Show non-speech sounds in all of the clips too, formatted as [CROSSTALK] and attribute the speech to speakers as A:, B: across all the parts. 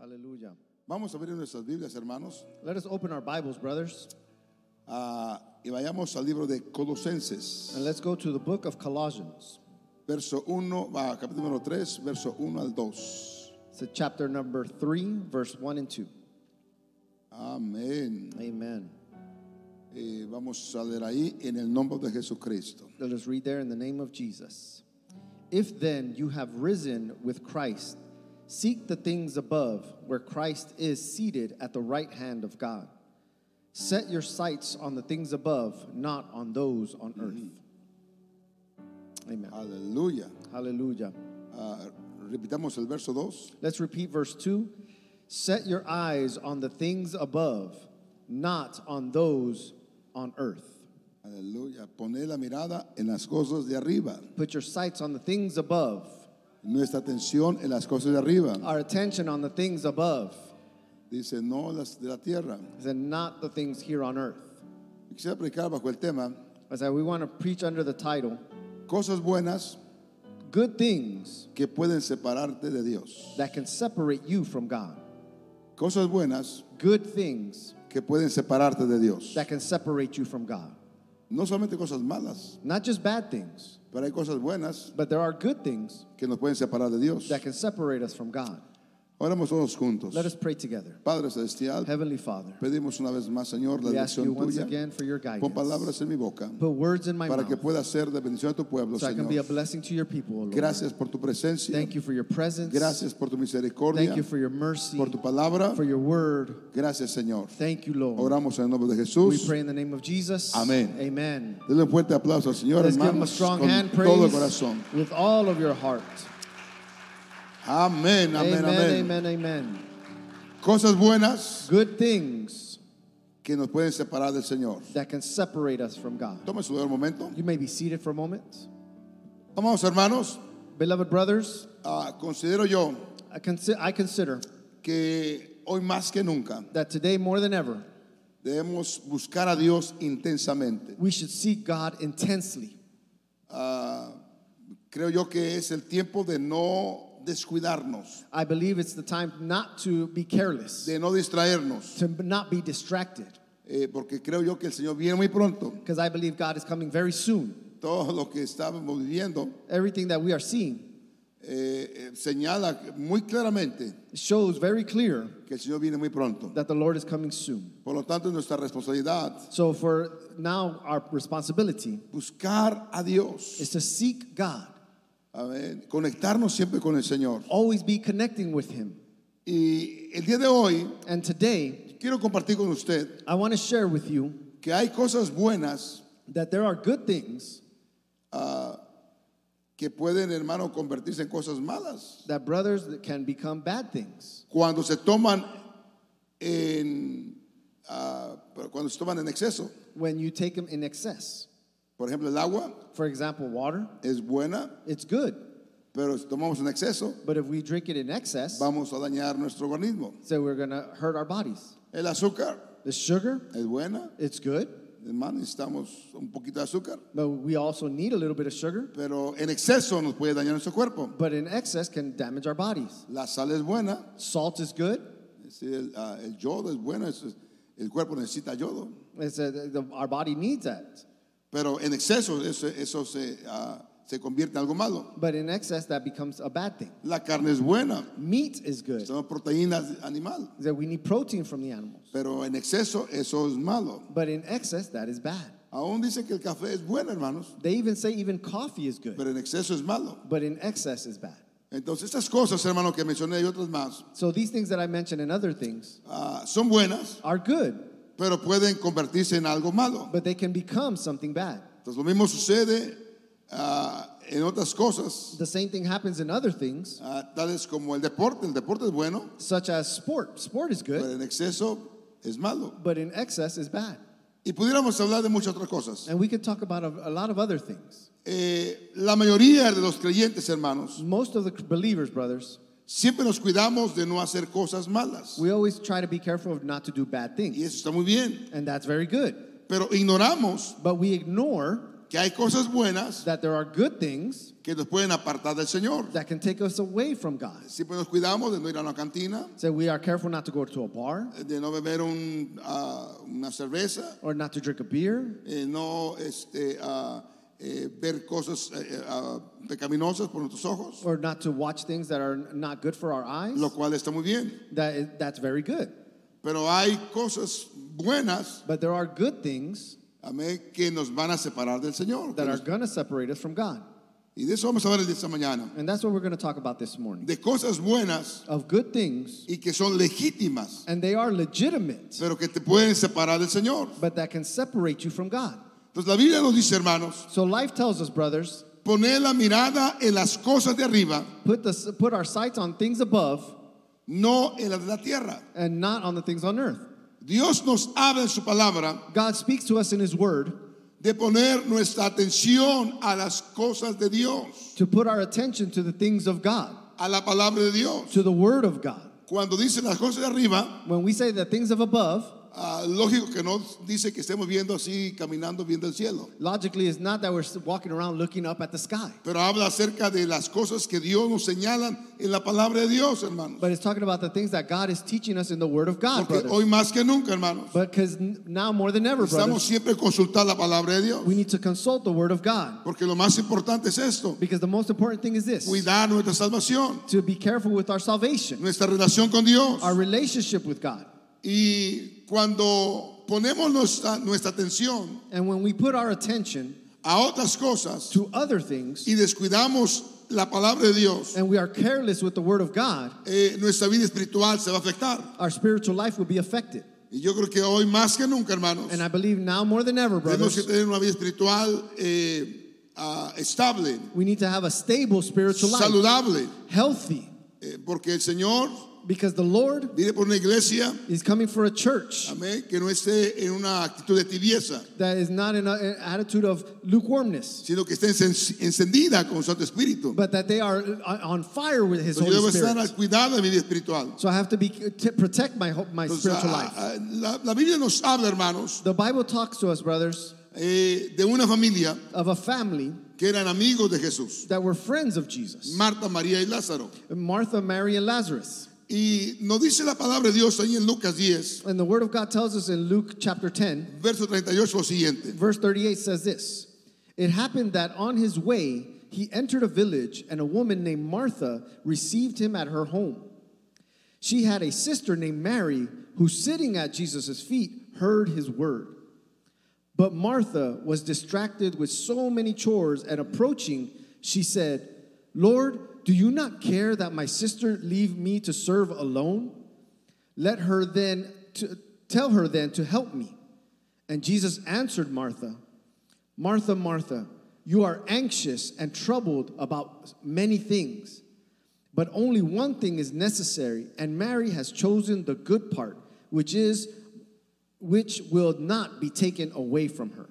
A: Hallelujah.
B: Vamos a abrir nuestras Biblias, hermanos,
A: Let us open our Bibles, brothers,
B: ah, y vayamos al libro de Colosenses,
A: and let's go to the book of Colossians.
B: verso 1, ah, capítulo número 3, verso 1 al 2.
A: It's at chapter number 3, verse 1 and 2.
B: Amén.
A: Amen.
B: Eh, vamos a leer ahí en el nombre de Jesucristo.
A: Let us read there in the name of Jesus. If then you have risen with Christ, seek the things above, where Christ is seated at the right hand of God. Set your sights on the things above, not on those on earth. Amen.
B: Aleluya.
A: Hallelujah.
B: Ah, repitamos el verso 2.
A: Let's repeat verse 2. Set your eyes on the things above, not on those on earth.
B: Aleluya. Poner la mirada en las cosas de arriba.
A: Put your sights on the things above,
B: Nuestra atención en las cosas de arriba.
A: our attention on the things above,
B: Dice, no las de la tierra.
A: and not the things here on earth.
B: Quisiera predicar bajo el tema,
A: I said, we want to preach under the title
B: cosas buenas
A: Good Things
B: que pueden separarte de Dios.
A: That Can Separate You from God.
B: Cosas buenas
A: Good Things
B: que pueden separarte de Dios.
A: That Can Separate You from God.
B: No solamente cosas malas,
A: Not just bad things,
B: pero hay cosas buenas
A: but there are good things
B: que nos pueden separar de Dios.
A: that can separate us from God.
B: Oramos todos juntos.
A: Let us pray together.
B: Padre Celestial,
A: Heavenly Father.
B: pedimos una vez más, Señor, la
A: We ask you
B: dirección
A: once
B: tuya.
A: again for your
B: Pon
A: guidance.
B: palabras en mi boca
A: Put words in my
B: para que
A: mouth
B: pueda ser de bendición a tu pueblo,
A: so I can be a
B: Señor.
A: blessing to your people, O Lord.
B: Gracias por tu presencia.
A: Thank you for your presence.
B: Gracias por tu misericordia,
A: Thank you for your mercy,
B: por tu palabra.
A: for your word.
B: Gracias, Señor.
A: Thank you, Lord.
B: Oramos en el nombre de
A: We
B: Jesús.
A: pray in the name of Jesus.
B: Amén.
A: Amen.
B: Denle un fuerte aplauso al Señor,
A: Let's give him a
B: hermanos,
A: strong
B: con
A: hand
B: todo el
A: praise
B: corazón.
A: with all of your heart.
B: Amén, amén,
A: Amen,
B: amén.
A: amen, amen.
B: Cosas buenas
A: Good things
B: que nos pueden separar del Señor.
A: that can separate us from God.
B: Tome su lugar un momento.
A: You may be seated for a moment.
B: Vamos, hermanos.
A: Beloved brothers,
B: Ah, considero yo
A: I, consi- I consider
B: que hoy más que nunca
A: that today more than ever,
B: debemos buscar a Dios intensamente.
A: we should seek God intensely.
B: Ah, creo yo que es el tiempo de no descuidarnos,
A: I believe it's the time not to be careless,
B: de no distraernos,
A: to not be distracted,
B: eh, porque creo yo que el Señor viene muy pronto.
A: because I believe God is coming very soon.
B: Todo lo que estábamos viviendo
A: Everything that we are seeing
B: eh, eh, señala muy claramente
A: shows very clear
B: que el Señor viene muy pronto.
A: that the Lord is coming soon.
B: Por lo tanto, es nuestra responsabilidad
A: So, for now, our responsibility
B: buscar a Dios,
A: is to seek God,
B: amén, conectarnos siempre con el Señor.
A: always be connecting with Him.
B: Y el día de hoy
A: And today,
B: quiero compartir con usted
A: I want to share with you
B: que hay cosas buenas
A: that there are good things
B: que pueden, hermano, convertirse en cosas malas
A: that brothers that can become bad things
B: cuando se toman en ah, cuando se toman en exceso.
A: when you take them in excess.
B: Por ejemplo, el agua
A: For example, water,
B: es buena,
A: it's good,
B: pero si tomamos en exceso
A: but if we drink it in excess,
B: vamos a dañar nuestro organismo.
A: So we're going to hurt our bodies.
B: El azúcar
A: The sugar,
B: es buena,
A: it's good,
B: hermano, necesitamos un poquito de azúcar,
A: but we also need a little bit of sugar,
B: pero en exceso nos puede dañar nuestro cuerpo.
A: but in excess can damage our bodies.
B: La sal es buena,
A: Salt is good.
B: Sí, el, ah, el yodo es bueno, es- es- el cuerpo necesita yodo,
A: It's a, the, our body needs that.
B: pero en exceso eso, eso se, ah, se convierte en algo malo.
A: But in excess, that becomes a bad thing.
B: La carne es buena,
A: Meat is good.
B: son proteínas animal,
A: That we need protein from the animals.
B: pero en exceso eso es malo.
A: But in excess, that is bad.
B: Aún dice que el café es bueno, hermanos,
A: They even say even coffee is good,
B: pero en exceso es malo.
A: but in excess is bad.
B: Entonces estas cosas, hermano, que mencioné y otras más,
A: So these things that I mentioned and other things
B: ah, son buenas,
A: are good,
B: pero pueden convertirse en algo malo.
A: but they can become something bad.
B: Entonces lo mismo sucede ah, en otras cosas,
A: The same thing happens in other things.
B: ah, tales como el deporte. El deporte es bueno,
A: such as sport. Sport is
B: pero
A: good,
B: en exceso es malo.
A: but in excess is bad.
B: Y pudiéramos hablar de muchas otras cosas.
A: And we could talk about a, a lot of other things.
B: Eh, la mayoría de los creyentes, hermanos,
A: Most of the believers, brothers,
B: siempre nos cuidamos de no hacer cosas malas.
A: we always try to be careful of not to do bad
B: Y
A: things.
B: eso está muy bien.
A: And that's very good.
B: Pero ignoramos
A: But we ignore
B: que hay cosas buenas
A: that there are good things
B: que nos pueden apartar del Señor.
A: that can take us away from God.
B: Siempre nos cuidamos de no ir a una cantina,
A: So we are careful not to go to a bar
B: de no beber un, ah, una cerveza,
A: or not to drink a beer
B: eh, no este, ah, eh, ver cosas eh, eh, ah, pecaminosas por nuestros ojos,
A: or not to watch things that are not good for our eyes.
B: lo cual está muy bien.
A: That is, that's very good.
B: Pero hay cosas buenas,
A: But there are good things
B: amén, que nos van a separar del Señor.
A: that are going to separate us from God.
B: Y de eso vamos a hablar esta mañana.
A: And that's what we're going to talk about this morning.
B: De cosas buenas
A: Of good things,
B: y que son legítimas,
A: and they are legitimate,
B: pero que te pueden separar del Señor.
A: but that can separate you from God.
B: Entonces la Biblia nos dice, hermanos,
A: So life tells us, brothers,
B: poner la mirada en las cosas de arriba,
A: put, the, put our sights on things above
B: no en las de la tierra.
A: and not on the things on earth.
B: Dios nos habla en su palabra
A: God speaks to us in His Word
B: de poner nuestra atención a las cosas de Dios,
A: to put our attention to the things of God,
B: a la palabra de Dios.
A: to the Word of God.
B: Cuando dice las cosas de arriba,
A: When we say the things of above,
B: ah, lógico que no dice que estemos viendo así, caminando, viendo el cielo,
A: logically, it's not that we're walking around looking up at the sky,
B: pero habla acerca de las cosas que Dios nos señalan en la palabra de Dios, hermanos.
A: but it's talking about the things that God is teaching us in the Word of God,
B: Porque
A: brothers.
B: hoy más que nunca, hermanos,
A: But because now more than ever,
B: necesitamos
A: brothers,
B: siempre consultar la palabra de Dios,
A: we need to consult the Word of God.
B: porque lo más importante es esto,
A: Because the most important thing is this
B: cuidar nuestra salvación,
A: to be careful with our salvation,
B: nuestra relación con Dios.
A: our relationship with God.
B: Y cuando ponemos nuestra, nuestra atención
A: And when we put our attention
B: a otras cosas
A: to other things
B: y descuidamos la palabra de Dios,
A: and we are careless with the Word of God,
B: eh, nuestra vida espiritual se va a afectar.
A: our spiritual life will be affected.
B: Y yo creo que hoy más que nunca, hermanos,
A: And I believe now more than ever,
B: tenemos que
A: brothers,
B: tener una vida espiritual eh, ah, estable,
A: we need to have a stable spiritual life,
B: saludable,
A: healthy,
B: eh, porque el Señor
A: because the Lord
B: viene por una iglesia,
A: is coming for a church
B: amén, que no esté en una actitud de tibieza,
A: that is not in a- an attitude of lukewarmness,
B: sino que esté encen- encendida con Santo Espíritu.
A: but that they are on- on fire with His
B: Entonces, yo debo
A: Holy
B: estar
A: Spirit.
B: al cuidado de mi vida espiritual.
A: So I have to be uh, to protect my ho- my
B: Entonces,
A: spiritual
B: a-
A: life.
B: a- la, la Biblia nos habla, hermanos,
A: The Bible talks to us, brothers,
B: eh, de una familia
A: of a family
B: que eran amigos de Jesús,
A: that were friends of Jesus:
B: Marta, María y Lázaro.
A: Martha, Mary, and Lazarus.
B: Y nos dice la palabra de Dios ahí en Lucas 10,
A: And the Word of God tells us in Luke chapter 10,
B: verso 38, lo siguiente.
A: Verse 38 says this It happened that on his way, he entered a village, and a woman named Martha received him at her home. She had a sister named Mary, who sitting at Jesus' feet heard his word. But Martha was distracted with so many chores, and approaching, she said, Lord, do you not care that my sister leave me to serve alone? Let her then to, tell her then to help me. And Jesus answered Martha, Martha, Martha, you are anxious and troubled about many things, but only one thing is necessary, and Mary has chosen the good part, which is which will not be taken away from her.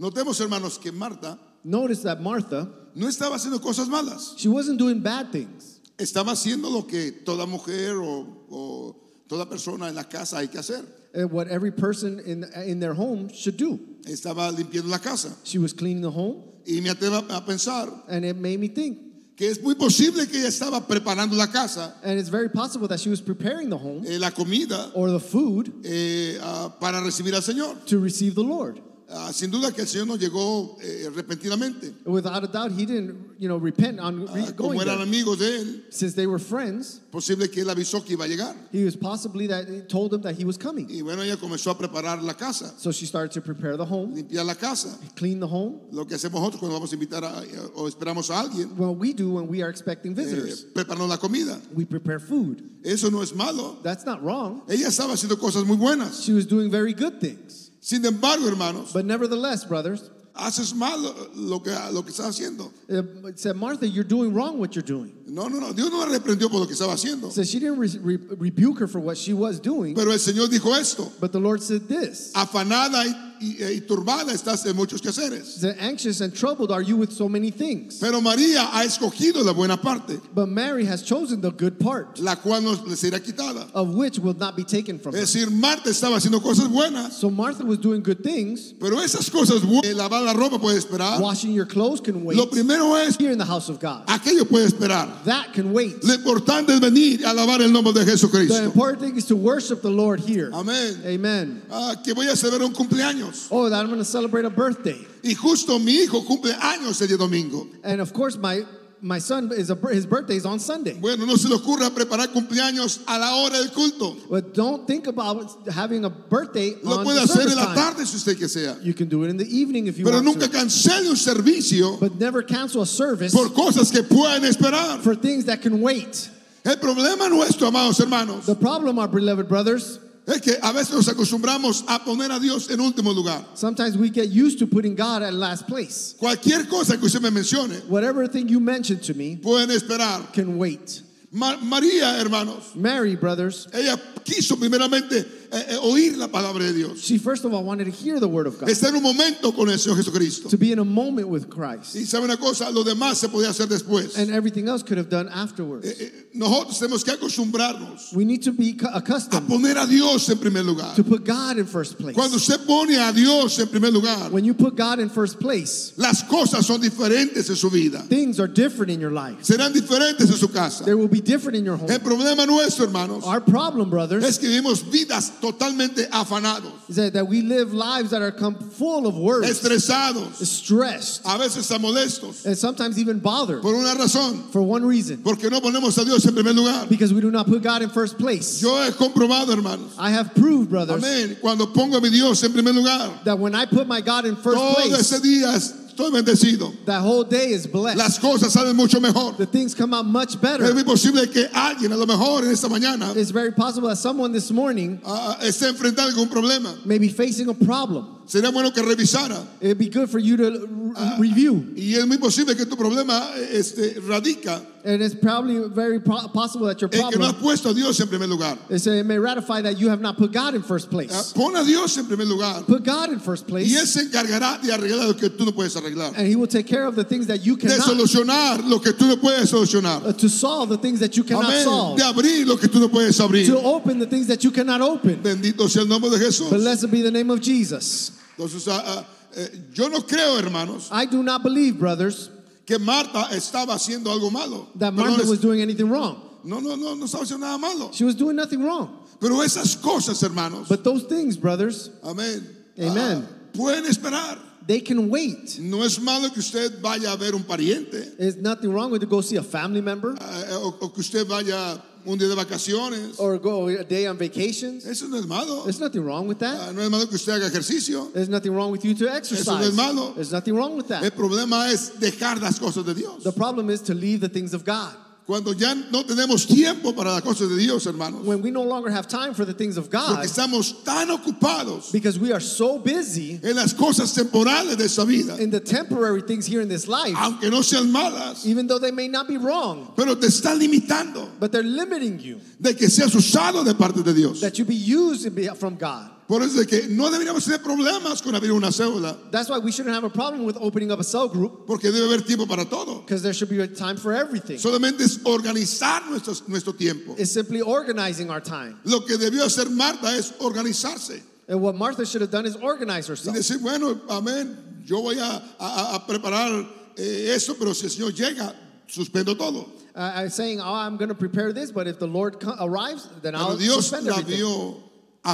B: Notemos, hermanos, que Marta
A: Notice that Martha,
B: no estaba haciendo cosas malas,
A: she wasn't doing bad things.
B: estaba haciendo lo que toda mujer o, o toda persona en la casa hay que hacer.
A: uh, What every person in, in their home should do.
B: Estaba limpiando la casa.
A: She was cleaning the home,
B: Y me atrevo a a pensar
A: and it made me think.
B: que es muy posible que ella estaba preparando la casa,
A: And it's very possible that she was preparing the home
B: eh, la comida,
A: or the food
B: eh, ah, para recibir al Señor.
A: to receive the Lord.
B: Ah, sin duda que el Señor nos llegó eh, repentinamente.
A: Without a doubt, he didn't, you know, repent on re-
B: Ah,
A: going
B: como eran
A: there.
B: amigos de Él,
A: Since they were friends,
B: posible que Él avisó que iba a llegar.
A: he was possibly that he told them that he was coming.
B: Y bueno, ella comenzó a preparar la casa,
A: So she started to prepare the home,
B: limpiar la casa.
A: clean the home.
B: Lo que hacemos nosotros cuando vamos a invitar a- eh, o esperamos a alguien,
A: Well, we do when we are expecting
B: eh,
A: visitors.
B: preparamos la comida.
A: We prepare food.
B: Eso no es malo.
A: That's not wrong.
B: Ella estaba haciendo cosas muy buenas.
A: She was doing very good things.
B: Sin embargo, hermanos,
A: But nevertheless, brothers,
B: haces mal lo que, lo que estás haciendo.
A: uh, it said, Martha, you're doing wrong what you're doing.
B: No, no, no. Dios no la reprendió por lo que estaba haciendo.
A: So she didn't re- re- rebuke her for what she was doing.
B: Pero el Señor dijo esto:
A: But the Lord said this
B: afanada y y, eh, y turbada estás en muchos quehaceres.
A: Said, Anxious and troubled are you with so many things.
B: Pero María ha escogido la buena parte,
A: But Mary has chosen the good part,
B: la cual nos le será quitada.
A: of which will not be taken from
B: Es
A: her.
B: decir, Marta estaba haciendo cosas buenas,
A: So Martha was doing good things.
B: pero esas cosas buenas, eh, lavar la ropa puede esperar.
A: Washing your clothes can wait.
B: Lo primero es,
A: Here in the house of God,
B: aquello puede esperar.
A: that can wait.
B: Lo importante es venir a alabar el nombre de
A: The
B: Jesucristo.
A: important thing is to worship the Lord here.
B: Amén.
A: Amen.
B: Ah, que voy a celebrar un cumpleaños.
A: Oh, that I'm going to celebrate a birthday.
B: Y justo mi hijo cumple años el día domingo.
A: And of course, my, my son, is a, his birthday is on Sunday.
B: Bueno, no se le ocurra preparar cumpleaños a la hora del culto.
A: But don't think about having a birthday
B: Lo
A: on
B: puede
A: the
B: hacer
A: service
B: en la
A: time.
B: tarde si usted que sea.
A: You can do it in the evening if you
B: Pero
A: want
B: nunca
A: to.
B: cancele un servicio
A: But never cancel a service
B: por cosas que puedan esperar.
A: for things that can wait.
B: El problema nuestro, amados hermanos,
A: The problem, our beloved brothers,
B: es que a veces nos acostumbramos a poner a Dios en último lugar.
A: sometimes we get used to putting God at last place.
B: Cualquier cosa que usted me mencione,
A: Whatever thing you mentioned to me
B: pueden esperar.
A: can wait.
B: Ma- María, hermanos,
A: Mary, brothers,
B: Ella quiso primeramente eh, eh, oír la palabra de Dios.
A: she first of all wanted to hear the word of God,
B: Estar en un momento con el Señor Jesucristo.
A: to be in a moment with Christ.
B: Y sabe una cosa, lo demás se podía hacer después.
A: and everything else could have done afterwards.
B: Eh, Nosotros tenemos que acostumbrarnos
A: We need to be cu-
B: a
A: accustomed
B: poner a Dios en primer lugar.
A: to put God in first place.
B: Cuando usted pone a Dios en primer lugar,
A: When you put God in first place,
B: las cosas son diferentes en su vida.
A: things are different in your life.
B: Serán diferentes en su casa.
A: They will be different in your home.
B: El problema nuestro, hermanos,
A: Our problem, brothers,
B: es que vivimos vidas totalmente afanados,
A: is that, that we live lives that are come full of worries,
B: estresados,
A: stressed,
B: a veces a molestos,
A: and sometimes even bothered
B: por una razón,
A: for one reason
B: porque no ponemos a Dios en primer lugar.
A: because we do not put God in first place.
B: Yo he comprobado, hermanos.
A: I have proved, brothers,
B: Amén. Cuando pongo a mi Dios en primer lugar,
A: that when I put my God in first
B: todo
A: place,
B: ese día estoy bendecido.
A: that whole day is blessed.
B: Las cosas salen mucho mejor.
A: The things come out much
B: Es
A: better.
B: muy posible que alguien, a lo mejor en esta mañana,
A: It's very possible that someone this morning
B: ah, esté enfrentando algún problema.
A: may be facing a problem.
B: Sería bueno que revisara.
A: It'd be good for you to re-
B: Uh,
A: review.
B: Y es muy posible que tu problema este, radica
A: And it's probably very pro- possible that your
B: en que no has
A: problem
B: puesto a Dios en primer lugar.
A: is that it may ratify that you have not put God in first
B: Ah,
A: place.
B: Pon a Dios en primer lugar.
A: Put God in first
B: Y Él
A: place,
B: se encargará de arreglar lo que tú no puedes arreglar.
A: and He will take care of the things that you
B: De
A: cannot,
B: solucionar lo que tú no puedes solucionar.
A: uh, to solve the things that you cannot
B: Amén.
A: solve,
B: De abrir lo que tú no puedes abrir.
A: to open the things that you cannot open.
B: Bendito sea el nombre de Jesús.
A: Blessed be the name of Jesus.
B: Entonces, ah, ah, eh, yo no creo, hermanos,
A: I do not believe, brothers,
B: que Marta estaba haciendo algo malo.
A: that
B: Perdón,
A: Martha
B: es-
A: was doing anything wrong.
B: No, no, no, no estaba haciendo nada malo.
A: She was doing nothing wrong.
B: Pero esas cosas, hermanos,
A: But those things, brothers,
B: amén.
A: Amen.
B: ah, pueden esperar.
A: they can wait.
B: No es malo que usted vaya a ver un pariente
A: There's nothing wrong with to go see a family member.
B: ah, eh, o, o que usted vaya un día de vacaciones.
A: or go a day on vacations.
B: Eso no es malo.
A: There's nothing wrong with that.
B: Ah, no es malo que usted haga ejercicio.
A: There's nothing wrong with you to exercise.
B: malo.
A: There's nothing wrong with
B: El
A: that.
B: problema es dejar las cosas de Dios.
A: The problem is to leave the things of God.
B: Cuando ya no tenemos tiempo para las cosas de Dios, hermanos.
A: When we no longer have time for the things of
B: Porque
A: God
B: estamos tan ocupados
A: because we are so busy
B: en las cosas temporales de esta vida,
A: in the temporary things here in this life,
B: aunque no sean malas,
A: even though they may not be wrong,
B: pero te están limitando
A: but they're limiting you
B: de que seas usado de parte de Dios.
A: that you be used in be- from God.
B: Por eso es que no deberíamos tener problemas con abrir una célula,
A: That's why we shouldn't have a problem with opening up a cell group
B: porque debe haber tiempo para todo.
A: because there should be a time for everything.
B: Solamente es organizar nuestro, nuestro tiempo.
A: It's simply organizing our time.
B: Lo que debió hacer Marta es organizarse
A: And what Martha should have done is organize
B: y
A: herself.
B: decir, bueno, amén, yo voy a, a- a preparar eh, eso, pero si el Señor llega, suspendo todo.
A: uh, I'm saying, oh, I'm going to prepare this, but if the Lord co- arrives, then
B: Pero
A: I'll
B: Dios
A: suspend
B: la
A: everything.
B: vio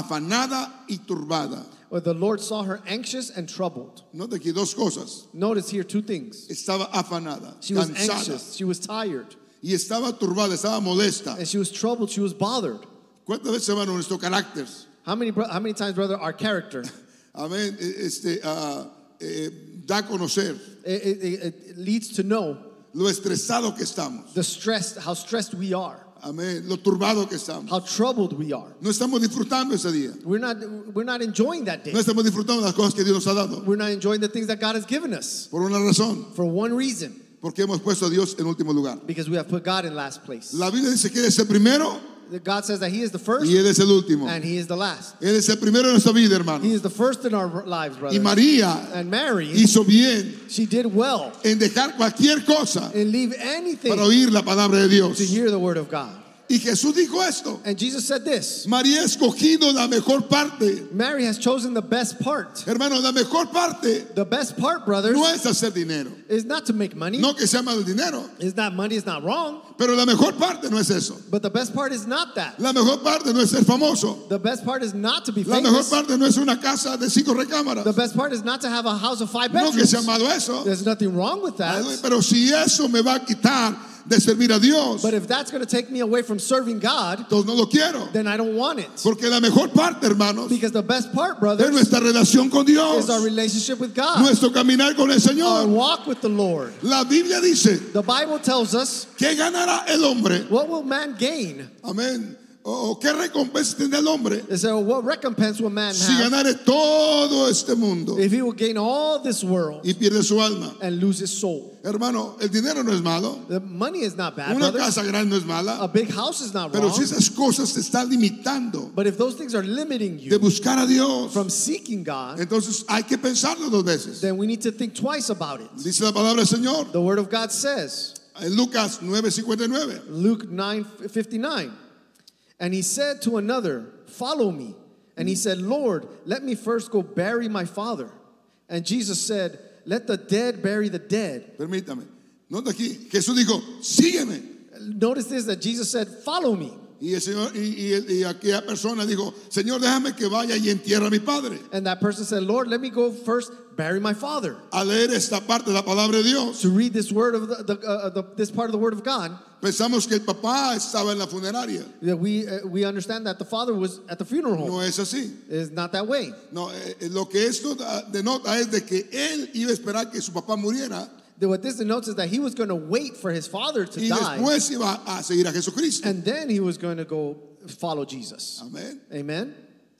B: afanada y turbada.
A: Or the Lord saw her anxious and troubled.
B: Note aquí dos cosas.
A: Notice here two things.
B: Estaba afanada,
A: She was
B: cansada
A: anxious, she was tired,
B: y estaba turbada, estaba molesta.
A: and she was troubled, she was bothered.
B: ¿Cuántas veces hermano nuestro carácter?
A: How many, bro- how many times, brother, our character [LAUGHS]
B: Amén. eh, Este ah, eh, da a conocer
A: it, it, it- it leads to know
B: lo estresado que estamos.
A: the stress, how stressed we are,
B: Amén. Lo turbado que estamos.
A: how troubled we are.
B: No estamos disfrutando ese día.
A: We're not, we're not enjoying that day.
B: No estamos disfrutando las cosas que Dios nos ha dado.
A: We're not enjoying the things that God has given us
B: Por una razón,
A: for one reason
B: porque hemos puesto a Dios en último lugar.
A: because we have put God in last place.
B: La Biblia dice que Él es el primero
A: that God says that He is the first
B: y Él es el último.
A: and He is the last.
B: Él es el primero en nuestra vida, hermano.
A: He is the first in our lives,
B: Y
A: brother.
B: María
A: And Mary,
B: hizo bien
A: she did well
B: en dejar cualquier cosa
A: and leave
B: para
A: anything
B: oír la palabra de Dios.
A: to hear the word of God.
B: Y Jesús dijo esto.
A: And Jesus said this
B: María ha escogido la mejor parte.
A: Mary has chosen the best part.
B: Hermano, la mejor parte
A: The best part, brothers,
B: no es hacer dinero.
A: is not to make money.
B: No que sea mal el dinero,
A: It's not money, it's not wrong.
B: pero la mejor parte no es eso.
A: But the best part is not that.
B: La mejor parte no es ser famoso.
A: The best part is not to be
B: La mejor
A: famous.
B: parte no es una casa de cinco recámaras.
A: The best part is not to have a house of five
B: No que
A: bedrooms.
B: sea malo eso.
A: There's nothing wrong with that.
B: Pero si eso me va a quitar de servir a Dios,
A: But if that's going to take me away from serving God,
B: entonces no lo quiero.
A: then I don't want it.
B: Porque la mejor parte, hermanos,
A: Because the best part,
B: es
A: brothers,
B: nuestra relación con Dios,
A: is our relationship with God,
B: nuestro caminar con el
A: our
B: Señor.
A: walk with the Lord.
B: La Biblia dice,
A: The Bible tells us,
B: ¿qué ganará el hombre?
A: what will man gain?
B: Amén. ¿O o qué recompensa tendrá el hombre
A: They say, what recompense will man
B: si
A: have
B: ganare todo este mundo
A: if he will gain all this world
B: y pierde su alma?
A: and lose his soul?
B: Hermano, el dinero no es malo.
A: The money is not bad,
B: Una
A: brothers.
B: casa grande no es
A: A
B: mala.
A: big house is not
B: Pero
A: wrong.
B: si esas cosas te están limitando
A: But if those things are limiting
B: de
A: you
B: buscar a Dios,
A: from seeking God,
B: entonces hay que pensarlo dos veces.
A: then we need to think twice about it.
B: Dice la palabra del Señor
A: The Word of God says,
B: en Lucas 9:59.
A: Luke 9 59. And he said to another, Follow me. And he said, Lord, let me first go bury my father. And Jesus said, Let the dead bury the dead.
B: Permítame. Nota aquí, Jesús dijo, sígueme.
A: Notice this that Jesus said, Follow me.
B: Y, el Señor, y, y, el- y aquella persona dijo, Señor, déjame que vaya y entierre a mi padre.
A: And that person said, Lord, let me go first bury my father.
B: Al leer esta parte de la palabra de Dios,
A: To read this word of the, the, uh, the this part of the word of God,
B: pensamos que el papá estaba en la funeraria.
A: that we uh, we understand that the father was at the funeral home.
B: No es así.
A: It's not that way.
B: No, eh, eh, lo que esto da- denota es de que él iba a esperar que su papá muriera
A: That What this denotes is that he was going to wait for his father to
B: y
A: die.
B: después iba a seguir a Jesucristo.
A: And then he was going to go follow Jesus.
B: Amén.
A: Amen.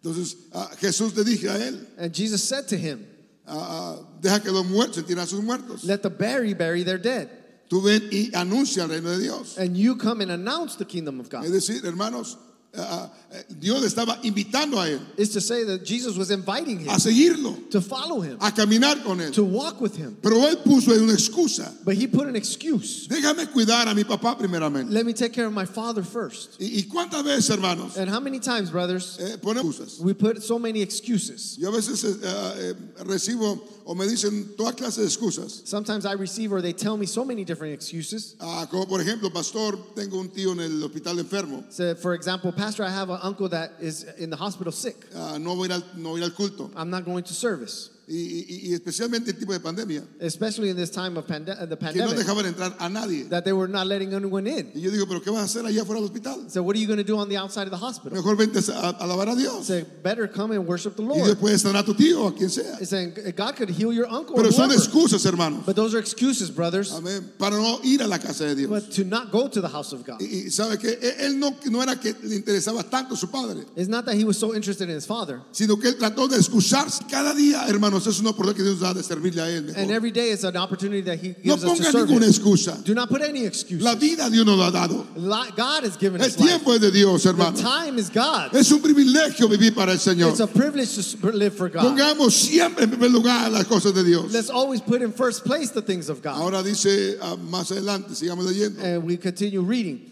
B: Entonces ah, Jesús le dije a él,
A: And Jesus said to him,
B: ah, ah, deja que los muertos entierren a sus muertos.
A: Let the bury bury their dead,
B: Tú ven y anuncia el reino de Dios.
A: and you come and announce the kingdom of God.
B: Es decir, hermanos, ah, ah, eh, Dios le estaba invitando a él
A: Is to say that Jesus was inviting him
B: a seguirlo,
A: to follow him,
B: a caminar con él.
A: to walk with him.
B: Pero él puso ahí una excusa.
A: But he put an excuse.
B: Déjame cuidar a mi papá primeramente.
A: Let me take care of my father first.
B: ¿Y, y cuántas veces, hermanos,
A: And how many times, brothers,
B: eh, ponemos excusas?
A: we put so many excuses?
B: Yo a veces eh, ah, eh, recibo o me dicen toda clase de excusas.
A: Sometimes I receive or they tell me so many different excuses.
B: Ah, como por ejemplo, pastor, tengo un tío en el hospital enfermo.
A: So, for example, Pastor, I have an uncle that is in the hospital sick.
B: Ah, no, voy a ir al, no voy a ir al culto.
A: I'm not going to service.
B: Y, y- y especialmente el tipo de pandemia,
A: especially in this time of pande- uh, the
B: que no
A: pandemic,
B: dejaban entrar a nadie.
A: that they were not letting anyone in.
B: Y yo digo, pero ¿qué vas a hacer allá afuera del hospital?
A: So what are you going to do on the outside of the hospital?
B: Mejor vente a, a alabar a Dios.
A: So better come and worship the
B: Y
A: Lord.
B: después estará a tu tío o a quien sea.
A: It's saying uh, God could heal your uncle. Or
B: Pero son
A: whoever.
B: excusas, hermanos.
A: But those are excuses, brothers,
B: Amén. Para no ir a la casa de Dios.
A: but to not go to the house of God.
B: Y, y sabe que él él no, no era que le interesaba tanto su padre,
A: It's not that he was so interested in his father.
B: sino que él trató de excusarse. Cada día, hermanos, es una oportunidad que Dios da de servirle a él. mejor.
A: And every day is an opportunity that he
B: No
A: gives us to
B: ponga
A: serve
B: ninguna
A: him.
B: excusa.
A: Do not put any excuse.
B: La vida Dios nos la ha dado.
A: Li- God has given
B: El
A: us life.
B: tiempo es de Dios,
A: The
B: hermano.
A: time is God.
B: Es un privilegio vivir para el Señor.
A: It's a privilege to s- live for God.
B: Pongamos siempre en primer lugar las cosas de Dios.
A: Let's always put in first place the things of God.
B: Ahora dice ah, más adelante, sigamos leyendo.
A: And we continue reading.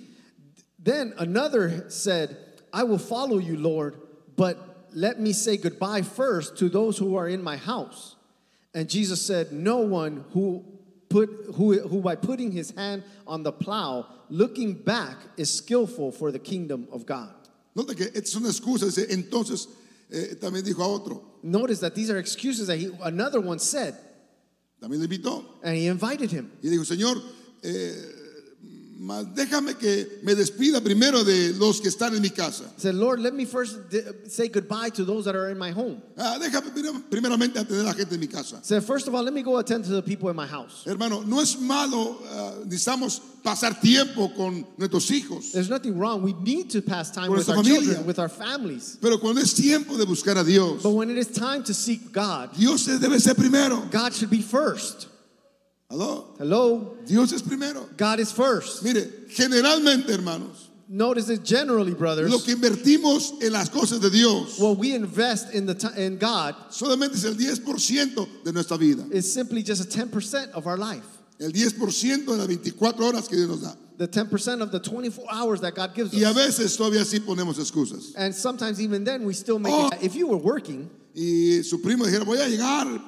A: Then another said, I will follow you, Lord, but let me say goodbye first to those who are in my house. And Jesus said, No one who put who, who by putting his hand on the plow, looking back, is skillful for the kingdom of God.
B: Nota que esta es una excusa. dice, entonces eh, también dijo a otro,
A: Notice that these are excuses that he another one said,
B: también le invitó.
A: and he invited him.
B: Y dijo, Señor, eh, mas déjame que me despida primero de los que están en mi casa.
A: He said, Lord, let me first di- say goodbye to those that are in my home.
B: Ah, déjame prim- primeramente atender a la gente en mi casa.
A: He said, first of all, let me go attend to the people in my house.
B: Hermano, no es malo, ah, necesitamos pasar tiempo con nuestros hijos.
A: There's nothing wrong. We need to pass time
B: Con
A: with our
B: nuestra familia.
A: children, with our families.
B: Pero cuando es tiempo de buscar a Dios,
A: But when it is time to seek God,
B: Dios debe ser primero.
A: God should be first.
B: ¿Aló?
A: Hello?
B: Dios es primero.
A: God is first.
B: Mire, generalmente, hermanos,
A: Notice it generally,
B: Lo
A: brothers.
B: que invertimos en las cosas de Dios
A: What we invest in the ti- in God
B: solamente es el 10% de nuestra vida.
A: is simply just a 10% of our life.
B: El 10% de las 24 horas que Dios nos da.
A: The 10% of the 24 hours that God gives
B: Y a
A: us.
B: veces todavía sí ponemos excusas.
A: And sometimes even then we still make
B: Oh.
A: it. If you were working,
B: Y su primo dijera, voy a llegar,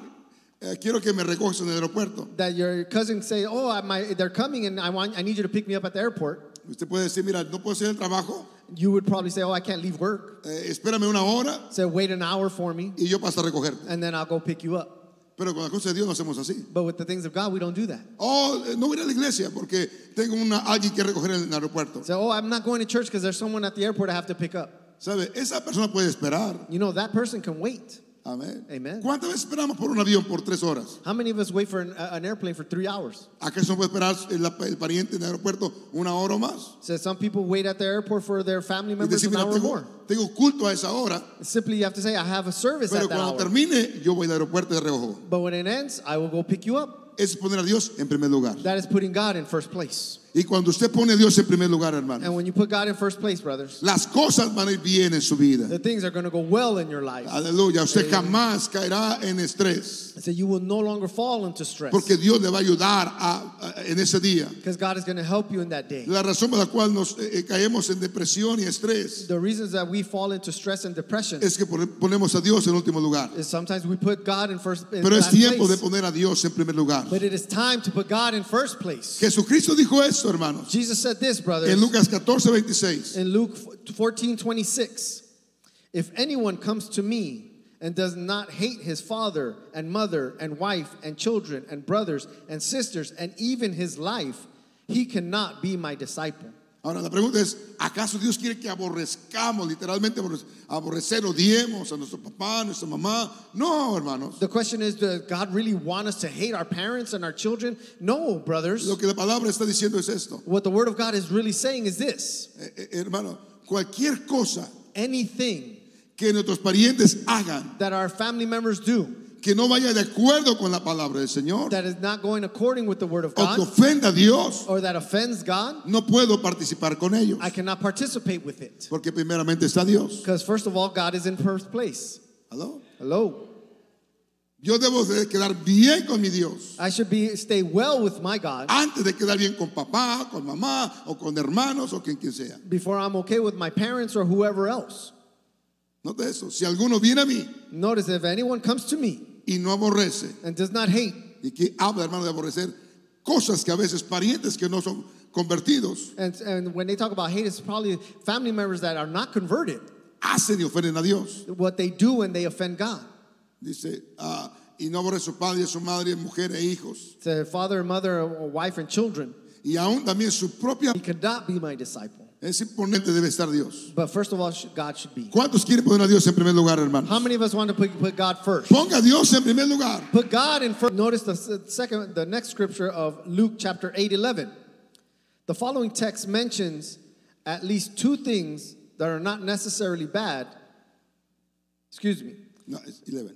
B: eh, quiero que me recojas en el aeropuerto.
A: that your cousin say, "Oh, I, my, they're coming and I want I need you to pick me up at the airport."
B: Usted puede decir, mira, no puedo hacer el trabajo,
A: You would probably say, "Oh, I can't leave work."
B: eh, espérame una hora
A: Say, "Wait an hour for me
B: y yo paso a recogerte.
A: and then I'll go pick you up."
B: Pero con las cosas de Dios no hacemos así.
A: But with the things of God, we don't do that.
B: Oh, eh, no voy a ir a la iglesia porque tengo una, alguien que recoger en el aeropuerto.
A: Say, "Oh, I'm not going to church because there's someone at the airport I have to pick up."
B: ¿Sabe? Esa persona puede esperar.
A: You know, that person can wait.
B: Amén.
A: Amen.
B: ¿Cuántas veces esperamos por un avión por tres horas?
A: How many of us wait for an, a- an airplane for 3 hours?
B: ¿Acaso no puede esperar el, el pariente en el airpuerto una hora o más?
A: So some people wait at the airport for their family
B: Y
A: members
B: decir,
A: an
B: mira,
A: hour more.
B: tengo, tengo culto a esa hora,
A: Simply you have to say, "I have a service
B: pero
A: at that
B: cuando
A: hour."
B: termine yo voy al aeropuerto de reojo.
A: But when it ends, I will go pick you up.
B: Es poner a Dios en primer lugar.
A: That is putting God in first place.
B: Y cuando usted pone a Dios en primer lugar, hermano,
A: And when you put God in first place, brothers,
B: las cosas van a ir bien en su vida.
A: the things are going to go well in your life.
B: Aleluya. Usted jamás caerá en estrés.
A: So you will no longer fall into stress
B: Porque Dios le va a ayudar a- a- en ese día.
A: because God is going to help you in that day.
B: La razón por la cual nos eh, eh, caemos en depresión y estrés
A: The reasons that we fall into stress and depression
B: es que pon- ponemos a Dios en último lugar.
A: is sometimes we put God in first in
B: Pero es
A: last
B: tiempo de
A: place.
B: poner a Dios en primer lugar.
A: But it is time to put God in first place.
B: Jesucristo dijo esto, hermanos.
A: Jesus said this, brothers,
B: En Lucas 14, 26.
A: in Luke 14 26. If anyone comes to me and does not hate his father and mother and wife and children and brothers and sisters and even his life, he cannot be my disciple.
B: Ahora la pregunta es, ¿acaso Dios quiere que aborrezcamos, literalmente aborre- aborrecer, odiemos a nuestro papá, a nuestra mamá? No, hermanos.
A: The question is Does God really want us to hate our parents and our children? No, brothers.
B: Lo que la palabra está diciendo es esto.
A: What the Word of God is really saying is this
B: Eh, eh, hermano, cualquier cosa
A: anything
B: que nuestros parientes hagan
A: that our family members do
B: que no vaya de acuerdo con la palabra del Señor
A: that is not going according with the Word of
B: o que
A: God
B: ofenda a Dios,
A: or that offends God,
B: no puedo participar con ellos.
A: I cannot participate with it.
B: Porque primeramente está Dios.
A: Because first of all, God is in first place.
B: ¿Aló?
A: Hello.
B: Yo debo de quedar bien con mi Dios
A: I should be stay well with my God
B: antes de quedar bien con papá, con mamá o con hermanos o quien quien sea.
A: before I'm okay with my parents or whoever else.
B: Nota eso. Si alguno viene a mí
A: Notice if anyone comes to me
B: y no aborrece,
A: and does not hate,
B: y que habla, hermano, de aborrecer cosas que a veces parientes que no son convertidos
A: and, and when they talk about hate, it's probably family members that are not converted.
B: hacen y ofenden a Dios.
A: What they do when they offend God.
B: Dice, ah, y no aborrece a su padre, y a su madre, mujer e hijos.
A: To father and mother or wife and children,
B: Y aún también su propia...
A: he could not be my disciple.
B: Es imponente debe estar Dios.
A: But first of all, sh- God should be.
B: ¿Cuántos quieren poner a Dios en primer lugar,
A: How
B: hermano?
A: many of us want to put, put God first?
B: Ponga a Dios en primer lugar.
A: Put God in first. Notice the s- second, the next scripture of Luke chapter 8, 11. The following text mentions at least two things that are not necessarily bad. Excuse me,
B: No, es 11.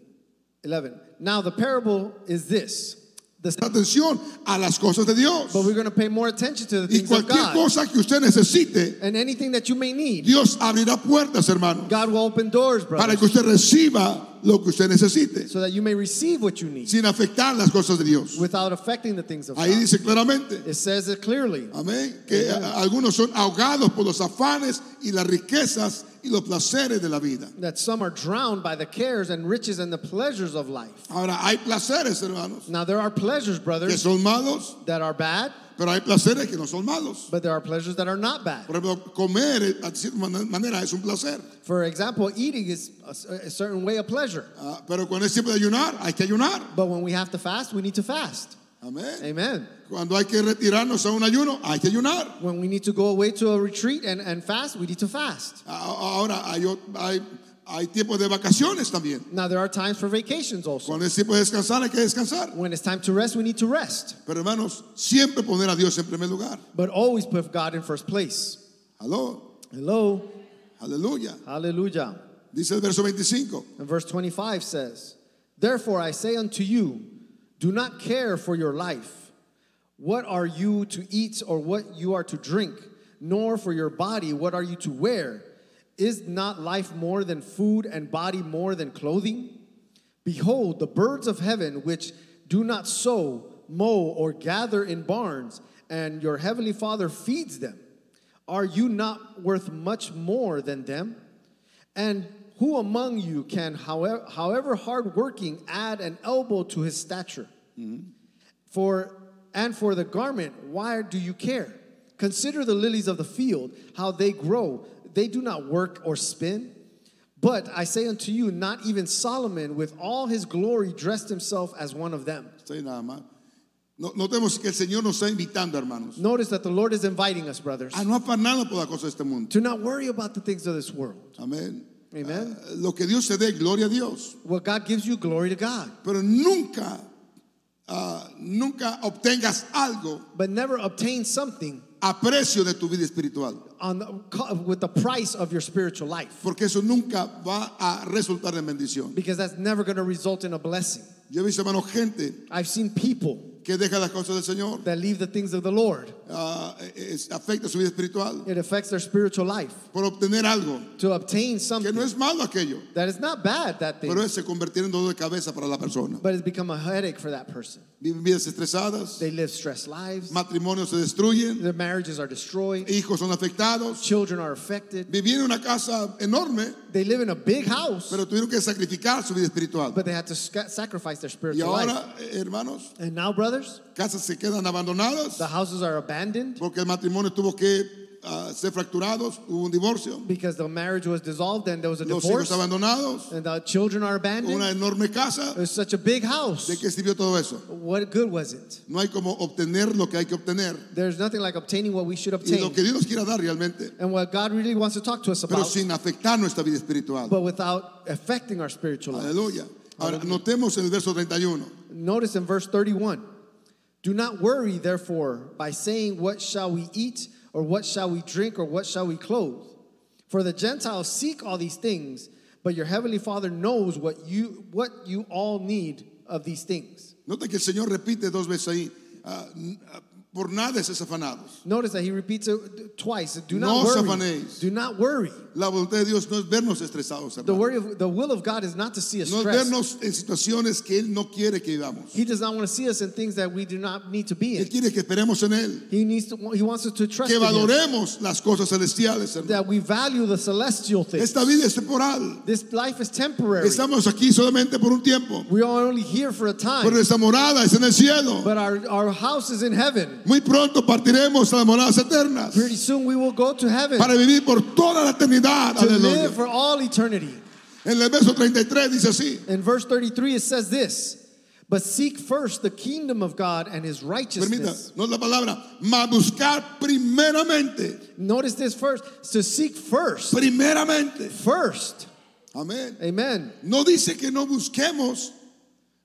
A: 11. Now, the parable is this. The,
B: Atención a las cosas de Dios.
A: but we're going to pay more attention to the
B: Y
A: things of
B: cualquier
A: God.
B: cosa que usted necesite,
A: And anything that you may need,
B: Dios abrirá puertas, hermano,
A: God will open doors,
B: para que
A: brother,
B: usted reciba lo que usted necesite,
A: so that you may receive what you need
B: sin afectar las cosas de Dios.
A: without affecting the things of
B: Ahí
A: God.
B: dice claramente,
A: It says it clearly.
B: amén, que a- algunos son ahogados por los afanes y las riquezas y los placeres de la vida.
A: that some are drowned by the cares and riches and the pleasures of life.
B: Ahora, hay placeres, hermanos,
A: Now, there are pleasures,
B: que
A: brothers,
B: son malos,
A: that are bad,
B: pero hay placeres que no son malos.
A: but there are pleasures that are not bad.
B: Por ejemplo, comer, eh, de cierta man- manera, es un placer.
A: For example, eating is a, s- a certain way of pleasure,
B: Ah, pero cuando es tiempo de ayunar, hay que ayunar.
A: but when we have to fast, we need to fast.
B: Amén.
A: Amen.
B: Cuando hay que retirarnos a un ayuno, hay que ayunar.
A: When we need to go away to a retreat and, and fast, we need to fast.
B: A- Ah, Ahora hay, o- hay, hay tiempo de vacaciones también.
A: Now, there are times for vacations also.
B: Cuando es tiempo de descansar, hay que descansar.
A: When it's time to rest, we need to rest,
B: Pero hermanos, siempre poner a Dios en primer lugar.
A: but always put God in first place.
B: Aló,
A: Hello.
B: aleluya.
A: Hallelujah.
B: Dice el verso 25.
A: And verse 25 says, Therefore I say unto you, do not care for your life, what are you to eat or what you are to drink, nor for your body what are you to wear? Is not life more than food and body more than clothing? Behold, the birds of heaven which do not sow, mow, or gather in barns, and your heavenly Father feeds them. Are you not worth much more than them? And who among you can, however, however hardworking, add an elbow to his stature? For and for the garment, why do you care? Consider the lilies of the field, how they grow. They do not work or spin. But I say unto you, not even Solomon with all his glory dressed himself as one of them.
B: Está ahí nada más. No- notemos que el Señor nos está invitando, hermanos,
A: Notice that the Lord is inviting us, brothers,
B: a no afanarnos por la cosa de este mundo.
A: to not worry about the things of this world.
B: Amén.
A: Amen.
B: Ah, lo que Dios te dé, gloria a Dios.
A: What God gives you, glory to God.
B: Pero nunca, ah, nunca obtengas algo
A: But never obtain something
B: a precio de tu vida espiritual.
A: on the, with the price of your spiritual life
B: Porque eso nunca va a resultar en bendición.
A: because that's never going to result in a blessing.
B: Yo he visto, hermanos, gente
A: I've seen people
B: que deja las cosas del Señor.
A: that leave the things of the Lord,
B: ah, es- afecta su vida espiritual
A: it affects their spiritual life.
B: por obtener algo
A: to obtain
B: que
A: something
B: no es malo aquello,
A: that is not bad that thing
B: pero es se convertir en dolor de cabeza para la persona.
A: but it's become a headache for that person
B: Viven vidas estresadas,
A: they live stressed lives
B: matrimonios se destruyen,
A: their marriages are destroyed
B: hijos son afectados.
A: children are affected
B: Vivían en una casa enorme,
A: they live in a big house
B: pero tuvieron que sacrificar su vida espiritual.
A: but they had to sca- sacrifice their
B: Y
A: spiritual life
B: ahora, eh, hermanos,
A: and now brothers
B: casas se quedan abandonadas
A: the houses are abandoned
B: porque el matrimonio tuvo que ah, ser fracturados, hubo un divorcio,
A: because the marriage was dissolved and there was a
B: los hijos
A: divorce
B: abandonados,
A: and the children are abandoned
B: una enorme casa.
A: it was such a big
B: ¿De
A: house
B: qué sirvió todo eso?
A: what good was it
B: No hay como obtener lo que hay que obtener.
A: there's nothing like obtaining what we should
B: y lo
A: obtain
B: que Dios nos quiera dar realmente,
A: and what God really wants to talk to us
B: pero
A: about
B: sin afectar nuestra vida espiritual.
A: but without affecting our
B: Ah,
A: spiritual life
B: Aleluya. Ahora, notemos el verso 31.
A: Notice in verse 31 Do not worry, therefore, by saying, What shall we eat, or what shall we drink, or what shall we clothe? For the Gentiles seek all these things, but your heavenly Father knows what you, what you all need of these things.
B: Nota que el Señor repite dos veces ahí, ah, n- ah, por nada es afanados.
A: Notice that he repeats it twice. Do not
B: No os
A: worry.
B: afanéis.
A: Do not worry.
B: La voluntad de Dios no es vernos estresados,
A: The,
B: hermano.
A: worry of, the will of God is not to see us
B: No es
A: stressed.
B: vernos en situaciones que Él no quiere que vivamos.
A: He does not want to see us in things that we do not need to be
B: Él
A: in.
B: quiere que esperemos en Él,
A: He, needs to, he wants us to trust
B: que
A: in him,
B: valoremos las cosas celestiales, hermano.
A: that we value the celestial things.
B: Esta vida es temporal.
A: This life is temporary.
B: Estamos aquí solamente por un tiempo,
A: We are only here for a
B: pero
A: time,
B: esta morada es en el cielo.
A: but our, our house is in heaven.
B: Muy pronto partiremos a las moradas eternas.
A: Pretty soon we will go to heaven
B: para vivir por toda la eternidad.
A: to
B: Aleluya.
A: live for all eternity.
B: En el verso 33 dice así,
A: In verse 33, it says this But seek first the kingdom of God and his righteousness.
B: permítanos la palabra, mas buscar primeramente,
A: Notice this first to seek first.
B: primeramente.
A: First.
B: Amén.
A: Amen.
B: No dice que no busquemos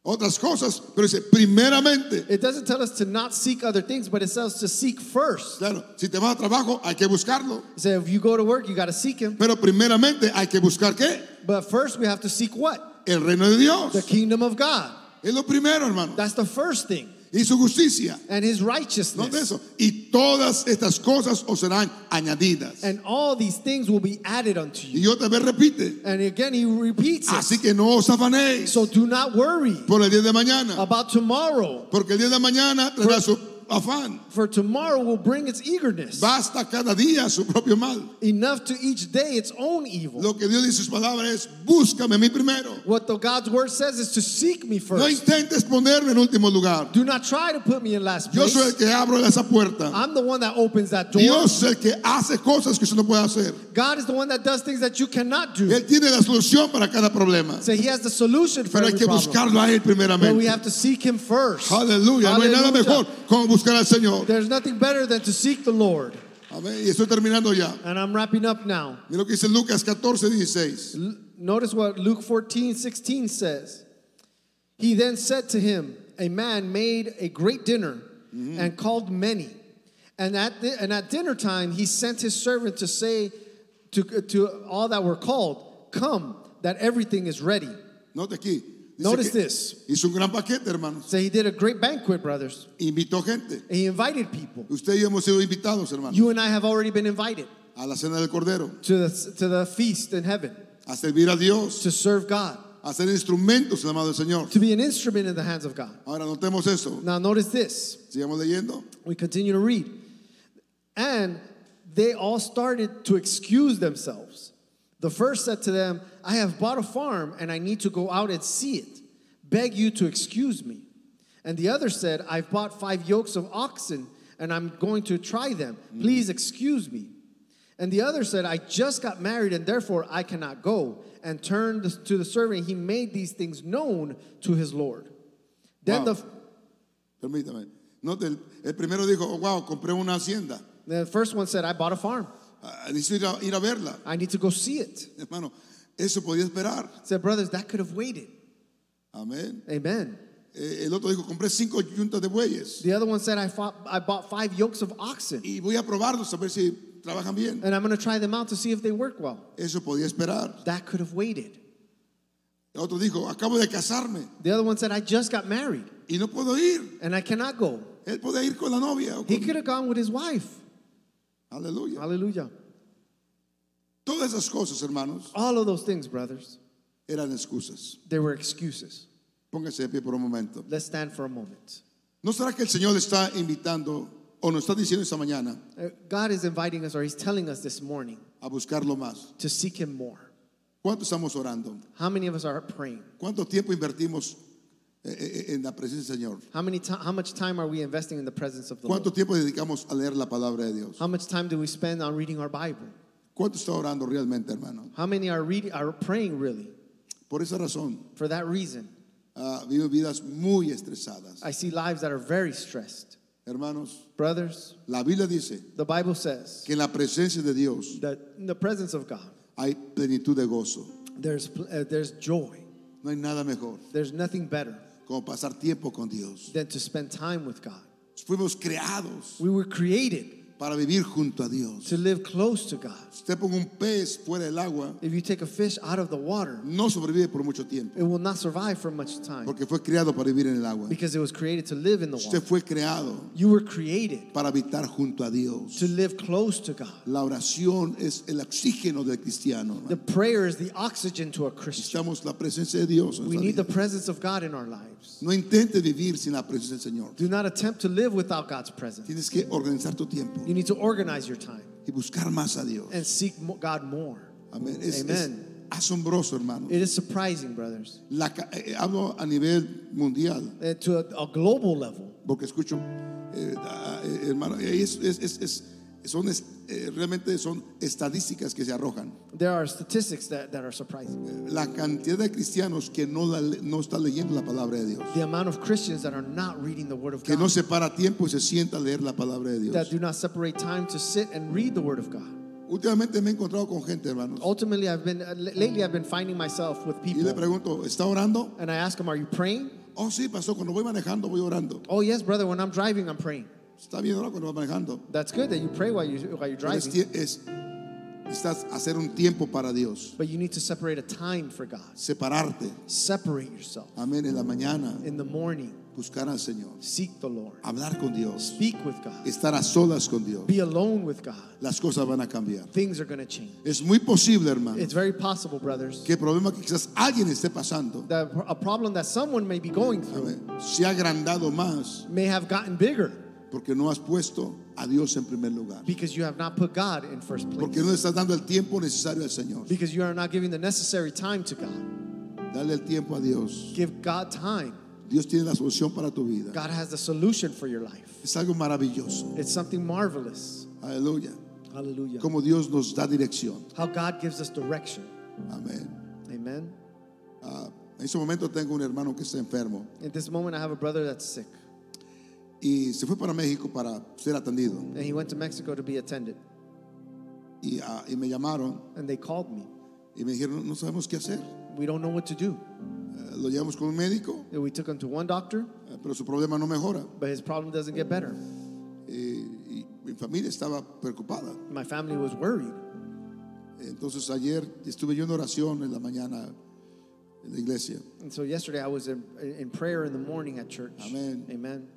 B: otras cosas, pero dice primeramente.
A: It doesn't tell us to not seek other things, but it says to seek first.
B: Claro, si te vas a trabajo hay que buscarlo,
A: It says if you go to work, you got to seek him.
B: pero primeramente hay que buscar qué?
A: But first, we have to seek what?
B: El reino de Dios.
A: The kingdom of God.
B: Es lo primero, hermano.
A: That's the first thing.
B: Y su justicia.
A: and his
B: No de
A: righteousness.
B: eso. Y todas estas cosas os serán añadidas.
A: And all these things will be added unto you.
B: Y otra vez repite.
A: And again, he repeats it.
B: Así que no os afanéis.
A: So do not worry
B: por el día de mañana,
A: about tomorrow,
B: porque el día de mañana traerá su afán.
A: for tomorrow will bring its eagerness.
B: Basta cada día su propio mal.
A: Enough to each day its own evil.
B: Lo que Dios dice en su palabra es, búscame a mí primero.
A: What the God's word says is to seek me
B: No
A: first.
B: intentes ponerme en último lugar.
A: Do not try to put me in last
B: Yo soy
A: place.
B: el que abro esa puerta.
A: I'm the one that opens that door.
B: Dios es el que hace cosas que usted no puede hacer.
A: God is the one that does things that you cannot do.
B: Él tiene la solución para cada problema.
A: So he has the solution for
B: Pero hay
A: every
B: que
A: problem.
B: buscarlo a Él
A: But we
B: primeramente.
A: have to seek him first.
B: Aleluya. No hay nada
A: Aleluya.
B: mejor como buscar al Señor.
A: There's nothing better than to seek the Lord.
B: Amén. Y estoy terminando ya.
A: And I'm wrapping up now.
B: Mira lo que dice Lucas 14, 16.
A: L- Notice what Luke 14, 16 says. He then said to him, A man made a great dinner and called many. And at, the, and at dinner time, he sent his servant to say to, to all that were called, Come, that everything is ready.
B: Note aquí. Dice
A: Notice
B: que
A: this.
B: Hizo un gran paquete, hermanos.
A: So he did a great banquet, brothers.
B: Invitó gente.
A: And he invited people.
B: Usted y yo hemos sido invitados, hermanos,
A: You and I have already been invited
B: a la cena del Cordero,
A: to the, to the feast in heaven,
B: a servir a Dios,
A: to serve God,
B: a ser instrumentos, amado del Señor.
A: to be an instrument in the hands of God.
B: Ahora notemos eso.
A: Now, notice this.
B: Sigamos leyendo.
A: We continue to read. And they all started to excuse themselves. The first said to them, I have bought a farm and I need to go out and see it. Beg you to excuse me. And the other said, I've bought five yokes of oxen and I'm going to try them. Please excuse me. And the other said, I just got married and therefore I cannot go. And turned to the servant, he made these things known to his Lord. Then
B: Wow.
A: the
B: Permítame. Note, el, el primero dijo, "Oh, wow, compré una hacienda.
A: The first one said, I bought a farm.
B: Ah, Necesito ir a, ir a verla.
A: I need to go see it.
B: Hermano, eso podía esperar.
A: Said, brothers, that could have waited.
B: Amén.
A: Amen.
B: Eh, el otro dijo, compré cinco yuntas de bueyes.
A: The other one said, I, fought, I bought five yokes of oxen
B: Y voy a probarlos a ver si trabajan bien.
A: and I'm going to try them out to see if they work well.
B: Eso podía esperar.
A: That could have waited.
B: El otro dijo, acabo de casarme
A: The other one said, I just got married
B: y no puedo ir.
A: and I cannot go.
B: Él podía ir con la novia. o
A: He
B: con-
A: could have gone with his wife.
B: Aleluya.
A: Hallelujah.
B: Todas esas cosas, hermanos,
A: All of those things, brothers,
B: eran excusas.
A: they were excuses.
B: Póngase de pie por un momento.
A: Let's stand for a moment.
B: ¿No será que el Señor le está invitando o nos está diciendo esta mañana
A: Uh, God is inviting us, or He's telling us this morning,
B: a buscarlo más?
A: to seek Him more.
B: ¿Cuánto estamos orando?
A: How many of us are praying?
B: ¿Cuánto tiempo invertimos eh, eh, en la presencia del Señor?
A: How many ti- how much time are we investing in the presence of the Lord?
B: ¿Cuánto tiempo dedicamos a leer la palabra de Dios?
A: How much time do we spend on reading our Bible?
B: ¿Cuánto está orando realmente, hermano?
A: How many are reading are praying really?
B: Por esa razón,
A: For that reason,
B: ah, vivo vidas muy estresadas.
A: I see lives that are very stressed.
B: Hermanos,
A: Brothers,
B: la Biblia dice
A: the Bible says
B: que en la presencia de Dios
A: that in the presence of God,
B: hay plenitud de gozo.
A: there's pl- uh, there's joy.
B: No hay nada mejor
A: There's nothing better
B: como pasar tiempo con Dios.
A: than to spend time with God.
B: Fuimos creados
A: We were created
B: para vivir junto a Dios.
A: to live close to God.
B: Usted ponga un pez fuera del agua,
A: If you take a fish out of the water,
B: no sobrevive por mucho tiempo,
A: it will not survive for much time
B: porque fue creado para vivir en el agua.
A: because it was created to live in the
B: Usted
A: water.
B: fue creado
A: You were created
B: para habitar junto a Dios.
A: to live close to God.
B: La oración es el oxígeno del cristiano. hermano.
A: The prayer is the oxygen to a Christian.
B: Necesitamos la presencia de Dios. en
A: We
B: nuestra
A: need the
B: vida.
A: presence of God in our lives.
B: No intente vivir sin la presencia del Señor.
A: Do not attempt to live without God's presence.
B: Tienes que organizar tu tiempo
A: You need to organize your time
B: y buscar más a Dios.
A: and seek mo- God more.
B: Amén. Es, es
A: Eh, Amen. Eh,
B: asombroso, hermano.
A: It is surprising, brothers,
B: La ca- eh, hablo a nivel mundial.
A: eh, to a, a global level.
B: porque escucho, eh, ah, eh, hermano, eh, es- es- es- es- son es- eh, realmente son estadísticas que se arrojan.
A: There are statistics that, that are surprising.
B: Eh, La cantidad de cristianos que no, la le- no está leyendo la palabra de Dios,
A: The amount of Christians that are not reading the Word of
B: que
A: God,
B: no se para tiempo y se sienta a leer la palabra de
A: that
B: Dios.
A: do not separate time to sit and read the Word of God.
B: Últimamente me he encontrado con gente, hermanos,
A: Ultimately, I've been uh, l- lately I've been finding myself with
B: y le
A: people,
B: pregunto, ¿está orando?
A: and I ask them, "Are you praying?"
B: Oh, sí, pasó, cuando voy manejando voy orando.
A: Oh yes, brother. When I'm driving, I'm praying.
B: Está bien ahora cuando vas manejando.
A: That's good that you pray while you while you're
B: Pero Es,
A: driving.
B: tie- es- necesitas hacer un tiempo para Dios,
A: But you need to separate a time for God.
B: separarte,
A: Separate yourself
B: amén, en la mañana,
A: in the morning.
B: buscar al Señor,
A: Seek the Lord.
B: hablar con Dios.
A: Speak with God.
B: estar a solas con Dios,
A: Be alone with God.
B: las cosas van a cambiar.
A: Things are going to change.
B: Es muy posible, hermano,
A: It's very possible, brothers,
B: que el problema que quizás alguien esté pasando
A: that a problem that someone may be going
B: eh,
A: through
B: se ha agrandado más
A: may have gotten bigger
B: porque no has puesto a Dios en primer lugar,
A: because you have not put God in first
B: porque
A: place.
B: no le estás dando el tiempo necesario al Señor.
A: Because you are not giving the necessary time to God.
B: Dale el tiempo a Dios.
A: Give God time.
B: Dios tiene la solución para tu vida.
A: God has the solution for your life.
B: Es algo maravilloso.
A: It's something marvelous.
B: Aleluya.
A: Hallelujah.
B: Como Dios nos da dirección.
A: How God gives us direction.
B: Amén.
A: Amen.
B: Ah, en este momento tengo un hermano que está enfermo
A: At this moment, I have a brother that's sick,
B: y se fue para México para ser atendido.
A: and he went to Mexico to be attended.
B: Y, ah, y me llamaron
A: And they called me.
B: y me dijeron, no sabemos qué hacer.
A: We don't know what to do.
B: Eh, lo llevamos con un médico,
A: And We took him to one doctor,
B: eh, pero su problema no mejora.
A: but his problem doesn't get better.
B: Eh, y mi familia estaba preocupada.
A: My family was worried.
B: Entonces ayer estuve yo en oración en la mañana en la iglesia.
A: And so yesterday I was in, in prayer in the morning at church.
B: Amen.
A: Amen.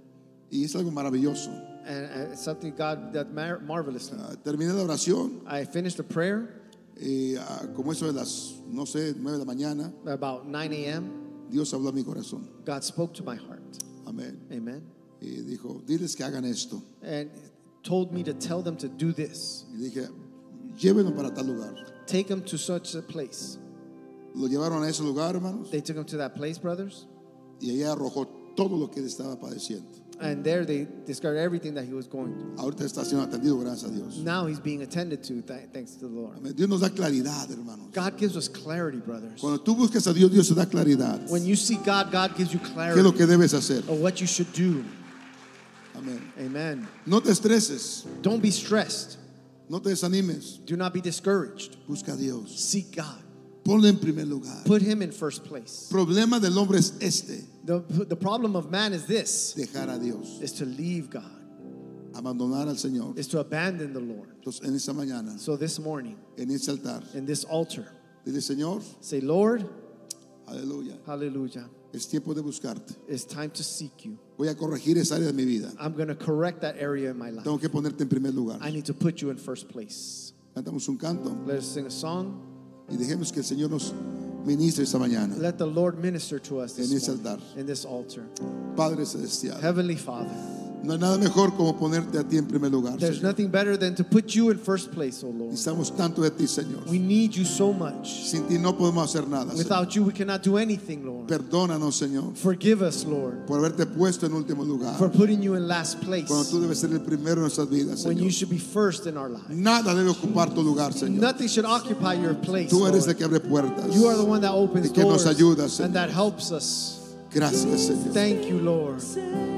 B: Y es algo maravilloso.
A: And uh, it's something God that mar- marvelously.
B: Ah, Terminé la oración,
A: I finished the prayer
B: eh, ah, como eso de las, no sé, 9 de la mañana,
A: about 9 a.m.
B: Dios habló a mi corazón.
A: God spoke to my heart.
B: Amén.
A: Amen.
B: Y dijo, diles que hagan esto.
A: And told me to tell them to do this.
B: Y dije, llévenlo para tal lugar.
A: Take them to such a place.
B: Lo llevaron a ese lugar, hermanos,
A: They took them to that place, brothers.
B: y ella arrojó todo lo que él estaba padeciendo.
A: And there they discovered everything that he was going through.
B: Ahorita está siendo atendido, gracias a Dios.
A: Now he's being attended to, th- thanks to the Lord.
B: Amén. Dios nos da claridad, hermanos.
A: God gives us clarity, brothers.
B: Cuando tú buscas a Dios, Dios te da claridad.
A: When you Oh. see God, God gives you
B: ¿Qué es lo
A: clarity
B: que debes hacer?
A: of what you should do.
B: Amén.
A: Amen.
B: No te estreses,
A: Don't be stressed.
B: no te desanimes.
A: Do not be discouraged.
B: Busca a Dios.
A: Seek God.
B: Ponle en primer lugar.
A: Put him in first place.
B: problema del hombre es este,
A: The, the problem of man is this
B: dejar a Dios,
A: is to leave God,
B: abandonar al Señor.
A: is to abandon the Lord.
B: Entonces, en esta mañana,
A: So this morning,
B: en ese altar,
A: in this altar,
B: dile, Señor,
A: say, Lord,
B: aleluya,
A: hallelujah,
B: es tiempo de buscarte.
A: it's time to seek you.
B: Voy a corregir esa área de mi vida.
A: I'm going to correct that area in my life.
B: Tengo que ponerte en primer lugar.
A: I need to put you in first place.
B: Cantamos un canto
A: Let us sing a song.
B: y dejemos que el Señor nos ministre esta mañana.
A: Let the Lord minister to us this
B: En ese
A: morning,
B: altar.
A: in this altar.
B: Padre Celestial,
A: Heavenly Father,
B: no hay nada mejor como ponerte a ti en primer lugar.
A: there's
B: Señor.
A: nothing better than to put you in first place, O Lord.
B: Necesitamos tanto de ti, Señor.
A: We need you so much.
B: Sin ti no podemos hacer nada. Señor.
A: Without you, we cannot do anything, Lord.
B: Perdónanos, Señor,
A: Forgive us, Lord,
B: por haberte puesto en último
A: for
B: lugar.
A: putting you in last
B: Cuando
A: place
B: tú debes ser el primero en nuestras vidas,
A: when you
B: Señor.
A: should be first in our lives.
B: Nada debe ocupar tu lugar, Señor.
A: Nothing should occupy your place.
B: Tú eres el
A: Lord.
B: que abre puertas.
A: You are the one that opens
B: Y que nos
A: doors
B: ayudas, Señor.
A: and that helps us.
B: Gracias, Señor. Oh,
A: Thank you, Lord.
B: Oh,